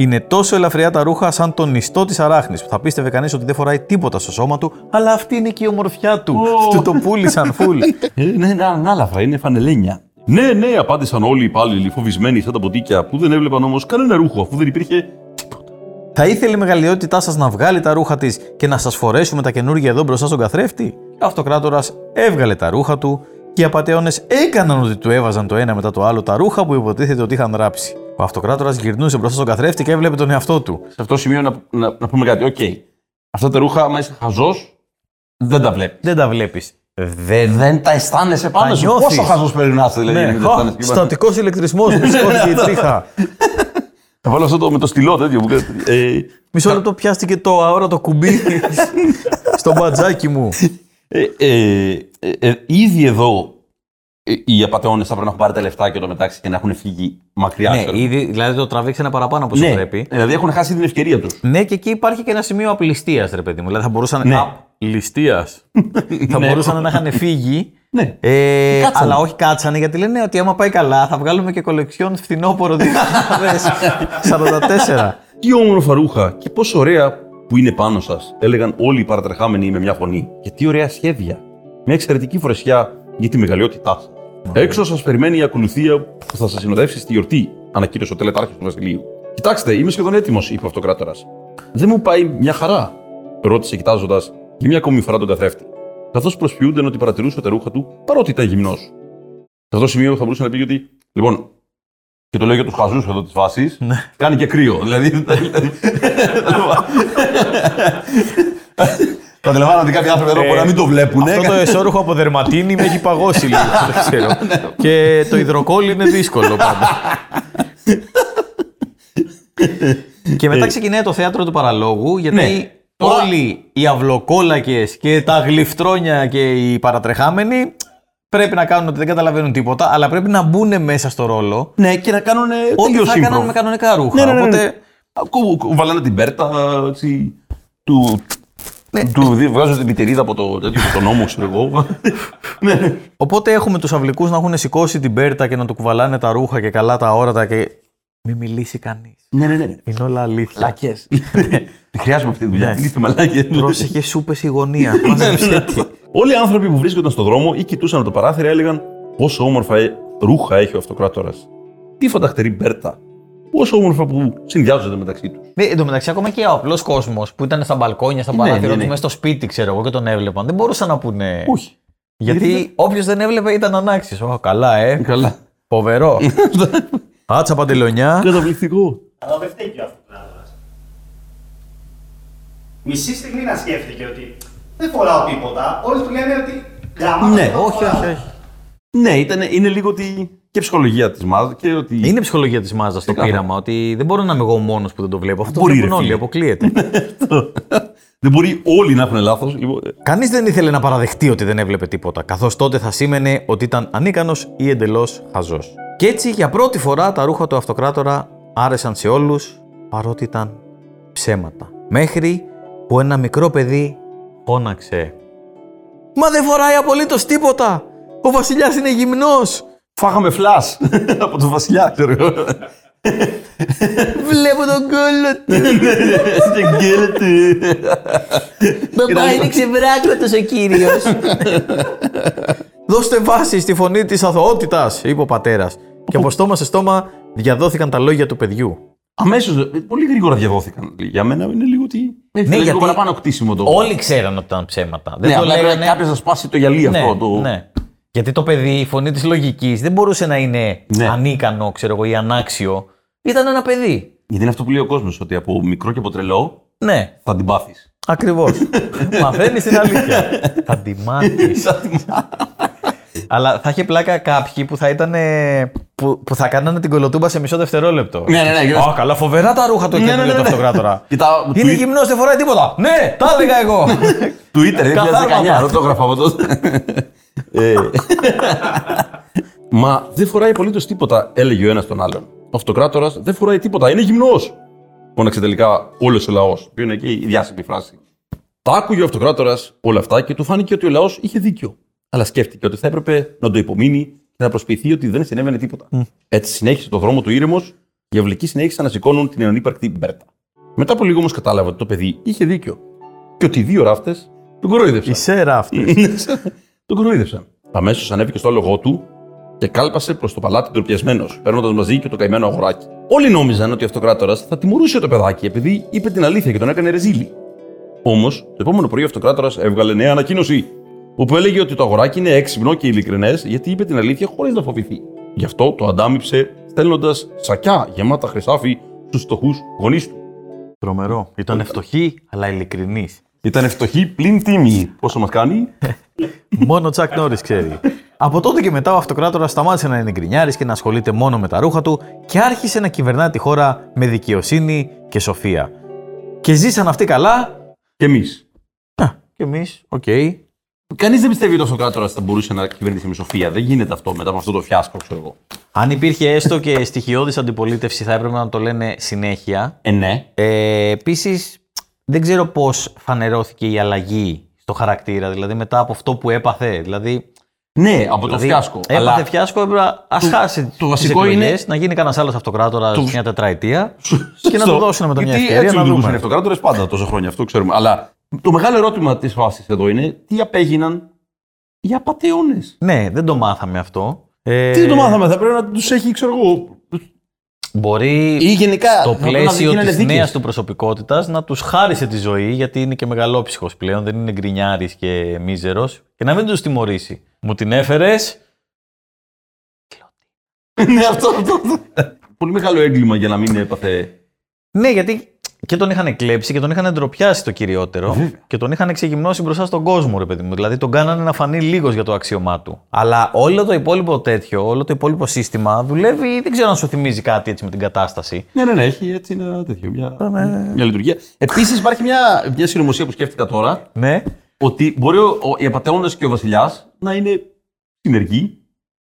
S3: Είναι τόσο ελαφριά τα ρούχα σαν τον ιστό της αράχνης που θα πίστευε κανείς ότι δεν φοράει τίποτα στο σώμα του, αλλά αυτή είναι και η ομορφιά του. Του το πούλησαν φουλ.
S4: Ε, ναι, είναι ανάλαφρα, είναι φανελένια. Ναι, ναι, απάντησαν όλοι οι υπάλληλοι, φοβισμένοι σαν τα ποτίκια, που δεν έβλεπαν όμως κανένα ρούχο, αφού δεν υπήρχε.
S3: Θα ήθελε η μεγαλειότητά σας να βγάλει τα ρούχα της και να σας φορέσουμε τα καινούργια εδώ μπροστά στον καθρέφτη. Ο αυτοκράτορας έβγαλε τα ρούχα του και οι απαταιώνες έκαναν ότι του έβαζαν το ένα μετά το άλλο τα ρούχα που υποτίθεται ότι είχαν ράψει. Ο αυτοκράτορας γυρνούσε μπροστά στον καθρέφτη και έβλεπε τον εαυτό του.
S4: Σε αυτό το σημείο να, να, να πούμε κάτι. Οκ. Αυτά τα ρούχα, άμα είσαι χαζός, δεν τα βλέπεις.
S3: Δεν τα βλέπεις.
S4: Δεν, δεν τα αισθάνεσαι
S3: Τα
S4: πάνω σου.
S3: νιώθεις.
S4: Πόσο χαζός περνάτε, δηλαδή.
S3: Ναι,
S4: είναι, δεν αισθάνεσαι.
S3: στατικός ηλεκτρισμός που σηκώθηκε η τρίχα.
S4: Θα βάλω αυτό το, με το στυλό τέτοιο που κάνει. ε,
S3: Μισό λεπτό πιάστηκε το αόρατο κουμπί στο μπατζάκι μου.
S4: ε, ε, ε, ε, ήδη εδώ ε, οι απαταιώνες θα πρέπει να έχουν πάρει τα λεφτά και το μετάξι και να έχουν φύγει μακριά.
S3: ναι,
S4: ξέρω.
S3: ήδη, δηλαδή το τραβήξανε παραπάνω από όσο
S4: ναι.
S3: πρέπει.
S4: Δηλαδή έχουν χάσει την ευκαιρία τους.
S3: Ναι, και εκεί υπάρχει και ένα σημείο απληστία, ρε παιδί μου. Δηλαδή θα μπορούσαν.
S4: Ναι.
S3: Απληστία. θα
S4: Ναι.
S3: μπορούσαν να είχαν φύγει.
S4: Ναι.
S3: Ε,
S4: Κάτσανε.
S3: αλλά όχι κάτσανε γιατί λένε ότι άμα πάει καλά θα βγάλουμε και κολεξιόν φθινόπωρο 2044.
S4: Τι όμορφα ρούχα και πόσο ωραία που είναι πάνω σας, έλεγαν όλοι οι παρατρεχάμενοι με μια φωνή. Και τι ωραία σχέδια. Μια εξαιρετική φρεσιά για τη μεγαλειότητά σας.
S7: Ναι.
S4: Έξω σας περιμένει η ακολουθία που θα σας συνοδεύσει στη γιορτή, ανακοίνωσε ο τελετάρχης του Βασιλείου. Κοιτάξτε, είμαι σχεδόν έτοιμος, είπε ο αυτοκράτορας. Δεν μου πάει μια χαρά, ρώτησε κοιτάζοντας για μια ακόμη φορά τον καθρέφτη. Καθώς προσποιούνταν ότι παρατηρούσε τα ρούχα του παρότι ήταν γυμνός. Σε αυτό το σημείο θα μπορούσε να πει ότι. Λοιπόν, και το λέω για τους χαζούς εδώ της φάση.
S7: Ναι.
S4: Κάνει και κρύο. Δηλαδή. Καταλαβαίνω ότι κάποιοι άνθρωποι εδώ μπορεί να μην το βλέπουν.
S7: Αυτό το εσώρουχο από δερματίνη με έχει παγώσει λίγο. δεν ξέρω.
S4: Ναι,
S7: και το υδροκόλλι είναι δύσκολο πάντα.
S3: Και μετά ξεκινάει το θέατρο του παραλόγου, γιατί
S4: Ε. Ναι. Τώρα-
S3: όλοι οι αυλοκόλακες και τα γλυφτρόνια και οι παρατρεχάμενοι πρέπει να κάνουν ότι δεν καταλαβαίνουν τίποτα, αλλά πρέπει να μπουν μέσα στο ρόλο.
S4: Ναι, και να κάνουν.
S3: Ό,τι θα έκαναν με κανονικά ρούχα.
S4: Ναι, ναι, ναι, ναι.
S3: Οπότε
S4: Κου- κου- Βάλανε την πέρτα έτσι, του. Του δι- βγάζω την πιτερίδα από το τέτοιο από τον νόμο, ξέρω εγώ. Ναι.
S3: Οπότε έχουμε τους αυλικούς να έχουν σηκώσει την πέρτα και να του κουβαλάνε τα ρούχα και καλά τα όρατα και. Μη μιλήσει κανείς.
S4: Ναι, ναι, ναι.
S3: Είναι όλα αλήθεια. Λάκε.
S4: Τη χρειάζομαι αυτή τη δουλειά. Τι είστε μαλάκες.
S3: Πρόσεχε, σου πες η γωνία.
S4: ναι, Όλοι οι άνθρωποι που βρίσκονταν στον δρόμο ή κοιτούσαν από το παράθυρο έλεγαν πόσο όμορφα ε, ρούχα έχει ο αυτοκράτορας. Τι φανταχτερή μπέρτα. Πόσο όμορφα που συνδυάζονται μεταξύ τους.
S3: Ναι, Εν τω μεταξύ, ακόμα και ο απλός κόσμος που ήταν στα μπαλκόνια, στα
S4: Ναι, ναι,
S3: παράθυρα,
S4: ναι.
S3: του, μέσα στο σπίτι, ξέρω εγώ, και τον έβλεπαν, δεν μπορούσαν να πούνε.
S4: Όχι.
S3: Γιατί όποιος δεν έβλεπε ήταν ανάξιος. Ω, καλά, ε.
S4: Καλά.
S3: Φοβερό. Άτσα παντελονιά.
S4: Καταπληκτικό.
S6: Αλλά δεν φταίει και ο αυτοκράτορα. Μισή στιγμή να σκέφτηκε ότι δεν φοράω τίποτα. Όλοι του λένε ότι. «Γαμάτο,
S4: Ναι,
S6: δεν το
S3: όχι,
S6: φοράω».
S3: όχι, όχι.
S4: Ναι, ήταν, είναι λίγο ότι και ψυχολογία της μάζας και ότι.
S3: Είναι ψυχολογία της μάζας το πείραμα ότι δεν μπορώ να είμαι εγώ ο μόνος που δεν το βλέπω. Αυτό το
S4: Μπορεί, ρε
S3: βλέπουν όλοι,
S4: φίλε.
S3: αποκλείεται.
S4: Δεν μπορεί όλοι να έχουν λάθος. Λοιπόν, ε,
S3: Κανείς δεν ήθελε να παραδεχτεί ότι δεν έβλεπε τίποτα, καθώς τότε θα σήμαινε ότι ήταν ανίκανος ή εντελώς χαζός. Και έτσι για πρώτη φορά τα ρούχα του αυτοκράτορα άρεσαν σε όλους, παρότι ήταν ψέματα. Μέχρι που ένα μικρό παιδί φώναξε. Μα δεν φοράει απολύτως τίποτα! Ο βασιλιάς είναι γυμνός!
S4: φάγαμε φλα από τον Βασιλιά, ξέρω εγώ.
S3: Βλέπω τον κόλλο
S4: Ναι,
S3: του!
S4: Δεν γκέλεται.
S3: Μπαμπά είναι ξεβράκωτο ο κύριος. Δώστε βάση στη φωνή της αθωότητας, είπε ο πατέρας. Και από στόμα σε στόμα διαδόθηκαν τα λόγια του παιδιού.
S4: Αμέσως, πολύ γρήγορα διαδόθηκαν. Για μένα είναι λίγο ότι. Ναι,
S3: γιατί-
S4: λίγο παραπάνω κτίσιμο το.
S3: ξέραν ότι ήταν ψέματα.
S4: Ναι, απλά έπρεπε κάποιος να σπάσει το γυαλί αυτό. Το...
S3: ναι. Γιατί το παιδί, η φωνή της λογικής δεν μπορούσε να είναι
S4: Ναι.
S3: ανίκανο, ξέρω εγώ, ή ανάξιο. Ήταν ένα παιδί.
S4: Γιατί είναι αυτό που λέει ο κόσμος, ότι από μικρό και από τρελό
S3: Ναι,
S4: θα την πάθεις.
S3: ακριβώς. Μαθαίνεις την αλήθεια. Θα τη μάθεις. Αλλά θα είχε πλάκα κάποιοι που θα ήταν. ε, που, που θα κάνανε την κολοτούμπα σε μισό δευτερόλεπτο.
S4: Ναι, ναι, ναι, και-
S3: Α, καλά, φοβερά τα ρούχα του
S4: Ναι,
S3: εκείνου
S4: ναι, ναι,
S3: του
S4: ναι.
S3: αυτοκράτορα.
S4: Κοιτάω.
S3: Είναι
S4: tweet-
S3: γυμνός, δεν φοράει τίποτα. Ναι, τα έλεγα εγώ.
S4: Twitter, 2019.
S3: Καθάρμα.
S4: Δεν το έγραφα από τότε. Ε, Μα δεν φοράει απολύτως τίποτα, έλεγε ο ένας τον άλλον. Ο αυτοκράτορας δεν φοράει τίποτα, είναι γυμνός. Φώναξε τελικά όλος ο λαός. Που είναι και η διάσημη φράση. Τα άκουγε ο αυτοκράτορας όλα αυτά και του φάνηκε ότι ο λαός είχε δίκιο. Αλλά σκέφτηκε ότι θα έπρεπε να το υπομείνει και να προσποιηθεί ότι δεν συνέβαινε τίποτα. Έτσι συνέχισε το δρόμο του ήρεμος, οι αυλικοί συνέχισαν να σηκώνουν την ανύπαρκτη Μπέρτα. Μετά από λίγο όμως κατάλαβε ότι το παιδί είχε δίκιο. Και ότι οι δύο ράφτες τον κορόιδεψαν.
S3: Σέρα αυτή.
S4: τον κοροϊδεύσαν. Αμέσως ανέβηκε στο άλογο του και κάλπασε προς το παλάτι ντροπιασμένος, παίρνοντας μαζί και το καημένο αγοράκι. Όλοι νόμιζαν ότι ο αυτοκράτορας θα τιμωρούσε το παιδάκι επειδή είπε την αλήθεια και τον έκανε ρεζίλι. Όμως, το επόμενο πρωί ο αυτοκράτορας έβγαλε νέα ανακοίνωση, όπου έλεγε ότι το αγοράκι είναι έξυπνο και ειλικρινές γιατί είπε την αλήθεια χωρίς να φοβηθεί. Γι' αυτό το αντάμυψε στέλνοντας σακιά γεμάτα χρυσάφι στους φτωχούς γονείς του.
S3: Τρομερό. Ήταν φτωχή, αλλά ειλικρινής.
S4: Ήταν φτωχή πλην τίμη. Πόσο μας κάνει,
S3: Μόνο Τσακ Νόρις ξέρει. Από τότε και μετά ο αυτοκράτορας σταμάτησε να είναι γκρινιάρης και να ασχολείται μόνο με τα ρούχα του και άρχισε να κυβερνά τη χώρα με δικαιοσύνη και σοφία. Και ζήσαν αυτοί καλά.
S4: και εμείς.
S3: Και εμείς, οκ.
S4: Κανείς δεν πιστεύει ότι ο αυτοκράτορας θα μπορούσε να κυβερνήσει με σοφία. Δεν γίνεται αυτό μετά από αυτό το φιάσκο, ξέρω εγώ.
S3: Αν υπήρχε έστω και στοιχειώδης αντιπολίτευση, θα έπρεπε να το λένε συνέχεια.
S4: Ε, ναι.
S3: Ε, Επίσης, δεν ξέρω πώς φανερώθηκε η αλλαγή στο χαρακτήρα, δηλαδή μετά από αυτό που έπαθε. Δηλαδή,
S4: Ναι, από το
S3: δηλαδή,
S4: φιάσκο.
S3: Έπαθε φιάσκο, έπρεπε να ας χάσει το,
S4: βασικό είναι-
S3: να γίνει κανένας άλλος αυτοκράτορας μια τετραετία
S4: Σωστό.
S3: και να του δώσουν μετά μια
S4: Γιατί
S3: ευκαιρία
S4: έτσι
S3: να
S4: λειτουργούσαν
S3: δούμε.
S4: οι αυτοκράτορες πάντα τόσα χρόνια, αυτό ξέρουμε. Αλλά το μεγάλο ερώτημα της φάσης εδώ είναι τι απέγιναν οι απαταιώνες.
S3: Ναι, δεν το μάθαμε αυτό.
S7: Ε,
S4: Τι το μάθαμε, θα πρέπει να τους έχει, ξέρω εγώ.
S3: Μπορεί
S4: ή γενικά.
S3: το
S4: να πρέπει να
S3: πλαίσιο
S4: γίνανε
S3: τη
S4: δίκες.
S3: νέας του προσωπικότητας να τους χάρισε τη ζωή, γιατί είναι και μεγαλόψυχος πλέον, δεν είναι γκρινιάρης και μίζερος, και να μην τους τιμωρήσει. Μου την έφερες.
S4: Ναι, αυτό. αυτό, αυτό. Πολύ μεγάλο έγκλημα για να μην έπαθε.
S3: Ναι, γιατί και τον είχαν κλέψει και τον είχαν ντροπιάσει το κυριότερο. και τον είχαν ξεγυμνώσει μπροστά στον κόσμο, ρε παιδί μου. Δηλαδή τον κάνανε να φανεί λίγος για το αξίωμά του. Αλλά όλο το υπόλοιπο τέτοιο, όλο το υπόλοιπο σύστημα δουλεύει. Δεν ξέρω αν σου θυμίζει κάτι έτσι με την κατάσταση.
S4: Ναι, ναι, ναι, έχει έτσι ένα τέτοιο. Μια, μια λειτουργία. Επίσης υπάρχει μια, μια συνωμοσία που σκέφτηκα τώρα
S3: Ναι.
S4: ότι μπορεί ο, ο, οι απαταιώνες και ο βασιλιάς να είναι συνεργοί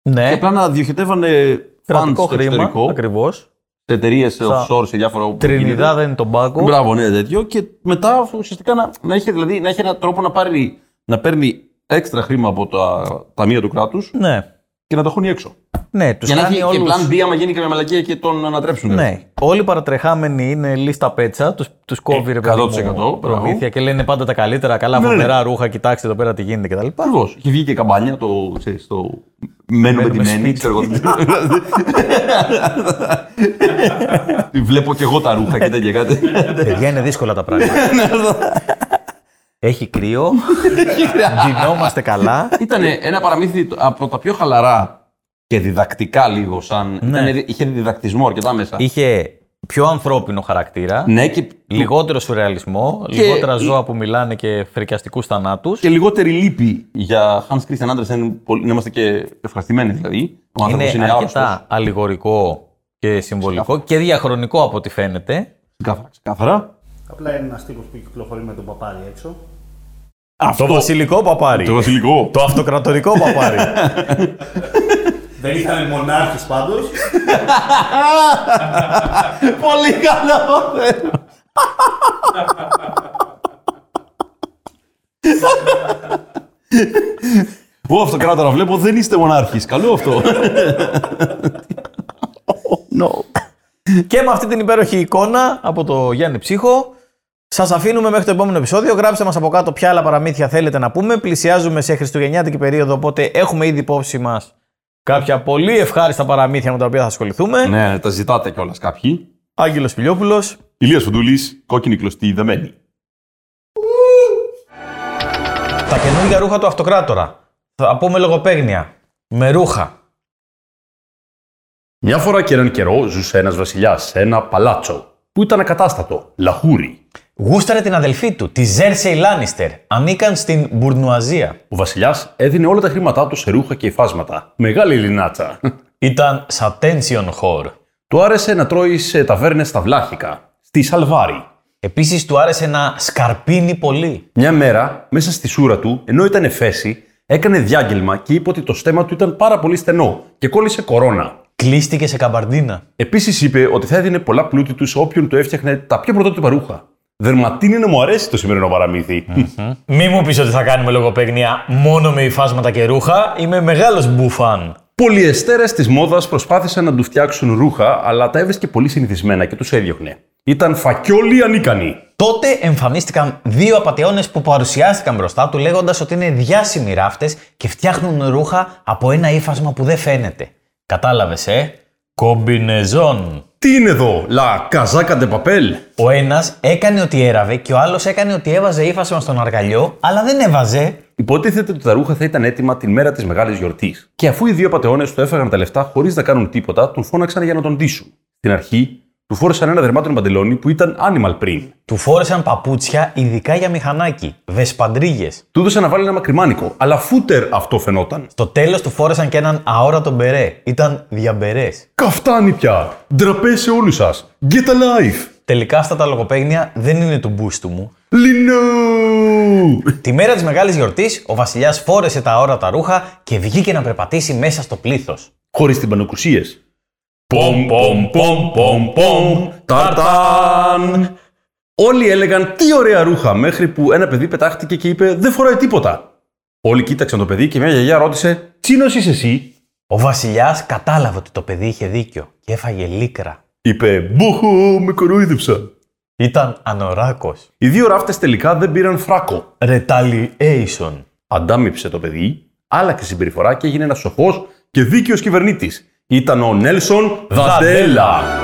S4: και
S3: Ναι.
S4: απλά να διοχετεύανε φαν
S3: Κρατικό
S4: στο
S3: χρήμα.
S4: εξωτερικό,
S3: Ακριβώς.
S4: σε εταιρείε
S3: Στα-
S4: offshore, σε διάφορα. όπου γίνεται.
S3: Τρινιδά δεν είναι τον πάγκο.
S4: Μπράβο, ναι, τέτοιο. Και μετά ουσιαστικά να, να, έχει, δηλαδή, να έχει έναν τρόπο να, πάρει, να παίρνει έξτρα χρήμα από τα ταμεία του κράτους
S3: Ναι.
S4: και να τα χώνει έξω.
S3: Ναι, τους
S4: Για να
S3: κάνει
S4: έχει και
S3: όλους-
S4: plan B άμα γίνει καμία μαλακία και τον ανατρέψουν.
S3: Ναι. Όλοι οι παρατρεχάμενοι είναι λίστα πέτσα, τους τους
S4: Ε,
S3: κόβει ρε παιδί μου,
S4: 100%, μπράβο.
S3: προμήθεια και λένε πάντα τα καλύτερα, καλά
S4: Ναι, ναι.
S3: φοβερά ρούχα, κοιτάξτε εδώ πέρα τι γίνεται κτλ.
S4: Ακριβώς. Έχει βγει και καμπάνια το. Ξέρεις, το... Μένουμε τη μένη.
S3: σπίτι.
S4: ξέρω εγώ. Βλέπω και εγώ τα ρούχα και τέτοια κάτι.
S3: Παιδιά είναι δύσκολα τα πράγματα. Έχει κρύο, γινόμαστε καλά.
S4: Ήταν ένα παραμύθι από τα πιο χαλαρά και διδακτικά λίγο. Σαν... Ήτανε- είχε διδακτισμό αρκετά μέσα.
S3: Είχε πιο ανθρώπινο χαρακτήρα,
S4: Ναι, και,
S3: λιγότερο σουρεαλισμό,
S4: Και-
S3: λιγότερα ζώα που μιλάνε και φρικιαστικούς θανάτους.
S4: και λιγότερη λύπη για Hans Christian Andersen. Πολύ... Να είμαστε και ευχαριστημένοι δηλαδή.
S3: Είναι,
S4: Ο άνθρωπος είναι,
S3: αρκετά
S4: άρρωστος.
S3: αλληγορικό και συμβολικό και διαχρονικό από ό,τι φαίνεται.
S4: Ξεκάθαρα, ξεκάθαρα.
S6: Απλά είναι ένας τύπος που κυκλοφορεί με τον παπάρι έξω.
S7: Το βασιλικό παπάρι.
S4: Το βασιλικό.
S7: Το αυτοκρατορικό παπάρι.
S6: Δεν ήταν μονάρχης πάντως.
S4: Πολύ καλό. Ω, αυτοκράτορα, βλέπω δεν είστε μονάρχης. Καλό αυτό.
S3: Και με αυτή την υπέροχη εικόνα από το Γιάννη Ψύχο, σας αφήνουμε μέχρι το επόμενο επεισόδιο. Γράψτε μας από κάτω ποια άλλα παραμύθια θέλετε να πούμε. Πλησιάζουμε σε Χριστουγεννιάτικη περίοδο, οπότε έχουμε ήδη υπόψη μας κάποια πολύ ευχάριστα παραμύθια με τα οποία θα ασχοληθούμε.
S4: ναι, τα ζητάτε κιόλας κάποιοι.
S3: Άγγελος Φιλιόπουλος,
S4: Ηλίας Φουντούλης, κόκκινη κλωστή, δεμένη.
S3: τα καινούργια ρούχα του Αυτοκράτορα. Θα πούμε λογοπαίγνια. Με ρούχα.
S1: Μια φορά και έναν καιρό ζούσε ένας βασιλιάς σε ένα παλάτσο που ήταν ακατάστατο, λαχούρι.
S3: Γούσταρε την αδελφή του, τη Ζέρσεϊ Λάνιστερ. Ανήκαν στην Μπουρνουαζία.
S1: Ο βασιλιάς έδινε όλα τα χρήματά του σε ρούχα και υφάσματα. Μεγάλη λινάτσα.
S3: Ήταν σατένσιον χορ.
S1: Του άρεσε να τρώει σε ταβέρνες στα βλάχικα, στη Σαλβάρη.
S3: Επίσης του άρεσε να σκαρπίνει πολύ.
S1: Μια μέρα, μέσα στη σούρα του, ενώ ήταν εφέση, έκανε διάγγελμα και είπε ότι το στέμα του ήταν πάρα πολύ στενό και κόλλησε κορώνα.
S3: Κλείστηκε σε καμπαρντίνα.
S1: Επίσης είπε ότι θα έδινε πολλά πλούτη του σε όποιον του έφτιαχνε τα πιο πρωτότυπα ρούχα. Δερματίνη να μου αρέσει το σημερινό παραμύθι.
S3: Μη μου πεις ότι θα κάνουμε λογοπαίγνια μόνο με υφάσματα και ρούχα. Είμαι μεγάλος μπουφάν.
S1: Πολυεστέρες της μόδας προσπάθησαν να του φτιάξουν ρούχα, αλλά τα έβρισκε πολύ συνηθισμένα και τους έδιωχνε. Ήταν φακιόλοι ανίκανοι.
S3: Τότε εμφανίστηκαν δύο απαταιώνες που παρουσιάστηκαν μπροστά του λέγοντας ότι είναι διάσημοι ράφτες και φτιάχνουν ρούχα από ένα ύφασμα που δεν φαίνεται. Κατάλαβες, ε? Κομπινεζόν.
S1: Τι είναι εδώ, λα καζάκα ντε παπέλ.
S3: Ο ένας έκανε ότι έραβε και ο άλλος έκανε ότι έβαζε ύφασμα στον αργαλιό, αλλά δεν έβαζε.
S1: Υποτίθεται ότι τα ρούχα θα ήταν έτοιμα την μέρα της μεγάλης γιορτής. Και αφού οι δύο πατεώνες του έφαγαν τα λεφτά χωρίς να κάνουν τίποτα, τον φώναξαν για να τον ντύσουν. Στην αρχή, του φόρεσαν ένα δερμάτινο παντελόνι που ήταν animal print.
S3: Του φόρεσαν παπούτσια ειδικά για μηχανάκι, βεσπαντρίγες.
S1: Του έδωσε να βάλει ένα μακριμάνικο, αλλά φούτερ αυτό φαινόταν.
S3: Στο τέλος του φόρεσαν και έναν αόρατο μπερέ. Ήταν διαμπερές.
S1: Καφτάνει πια! Ντραπές σε όλους σας! Get a life!
S3: Τελικά αυτά τα λογοπαίγνια δεν είναι του μπούστου μου.
S1: Λινό!
S3: Τη μέρα της μεγάλης γιορτής, ο βασιλιάς φόρεσε τα αόρατα ρούχα και βγήκε να περπατήσει μέσα στο πλήθος.
S1: Χωρίς την πανοκουσίε. Πομ, πομ, πομ, πομ, πομ, ταρτάν! Όλοι έλεγαν τι ωραία ρούχα, μέχρι που ένα παιδί πετάχτηκε και είπε Δεν φοράει τίποτα. Όλοι κοίταξαν το παιδί και μια γιαγιά ρώτησε Τσίνος είσαι εσύ.
S3: Ο βασιλιάς κατάλαβε ότι το παιδί είχε δίκιο και έφαγε λίκρα.
S1: Είπε Μπούχο, με κοροϊδεψαν.
S3: Ήταν ανοράκος.
S1: Οι δύο ράφτες τελικά δεν πήραν φράκο.
S3: Retaliation.
S1: Αντάμυψε το παιδί, άλλαξε συμπεριφορά και έγινε ένας σοφός
S4: και δίκαιος κυβερνήτης. Ήταν ο Νέλσον Δαντέλα.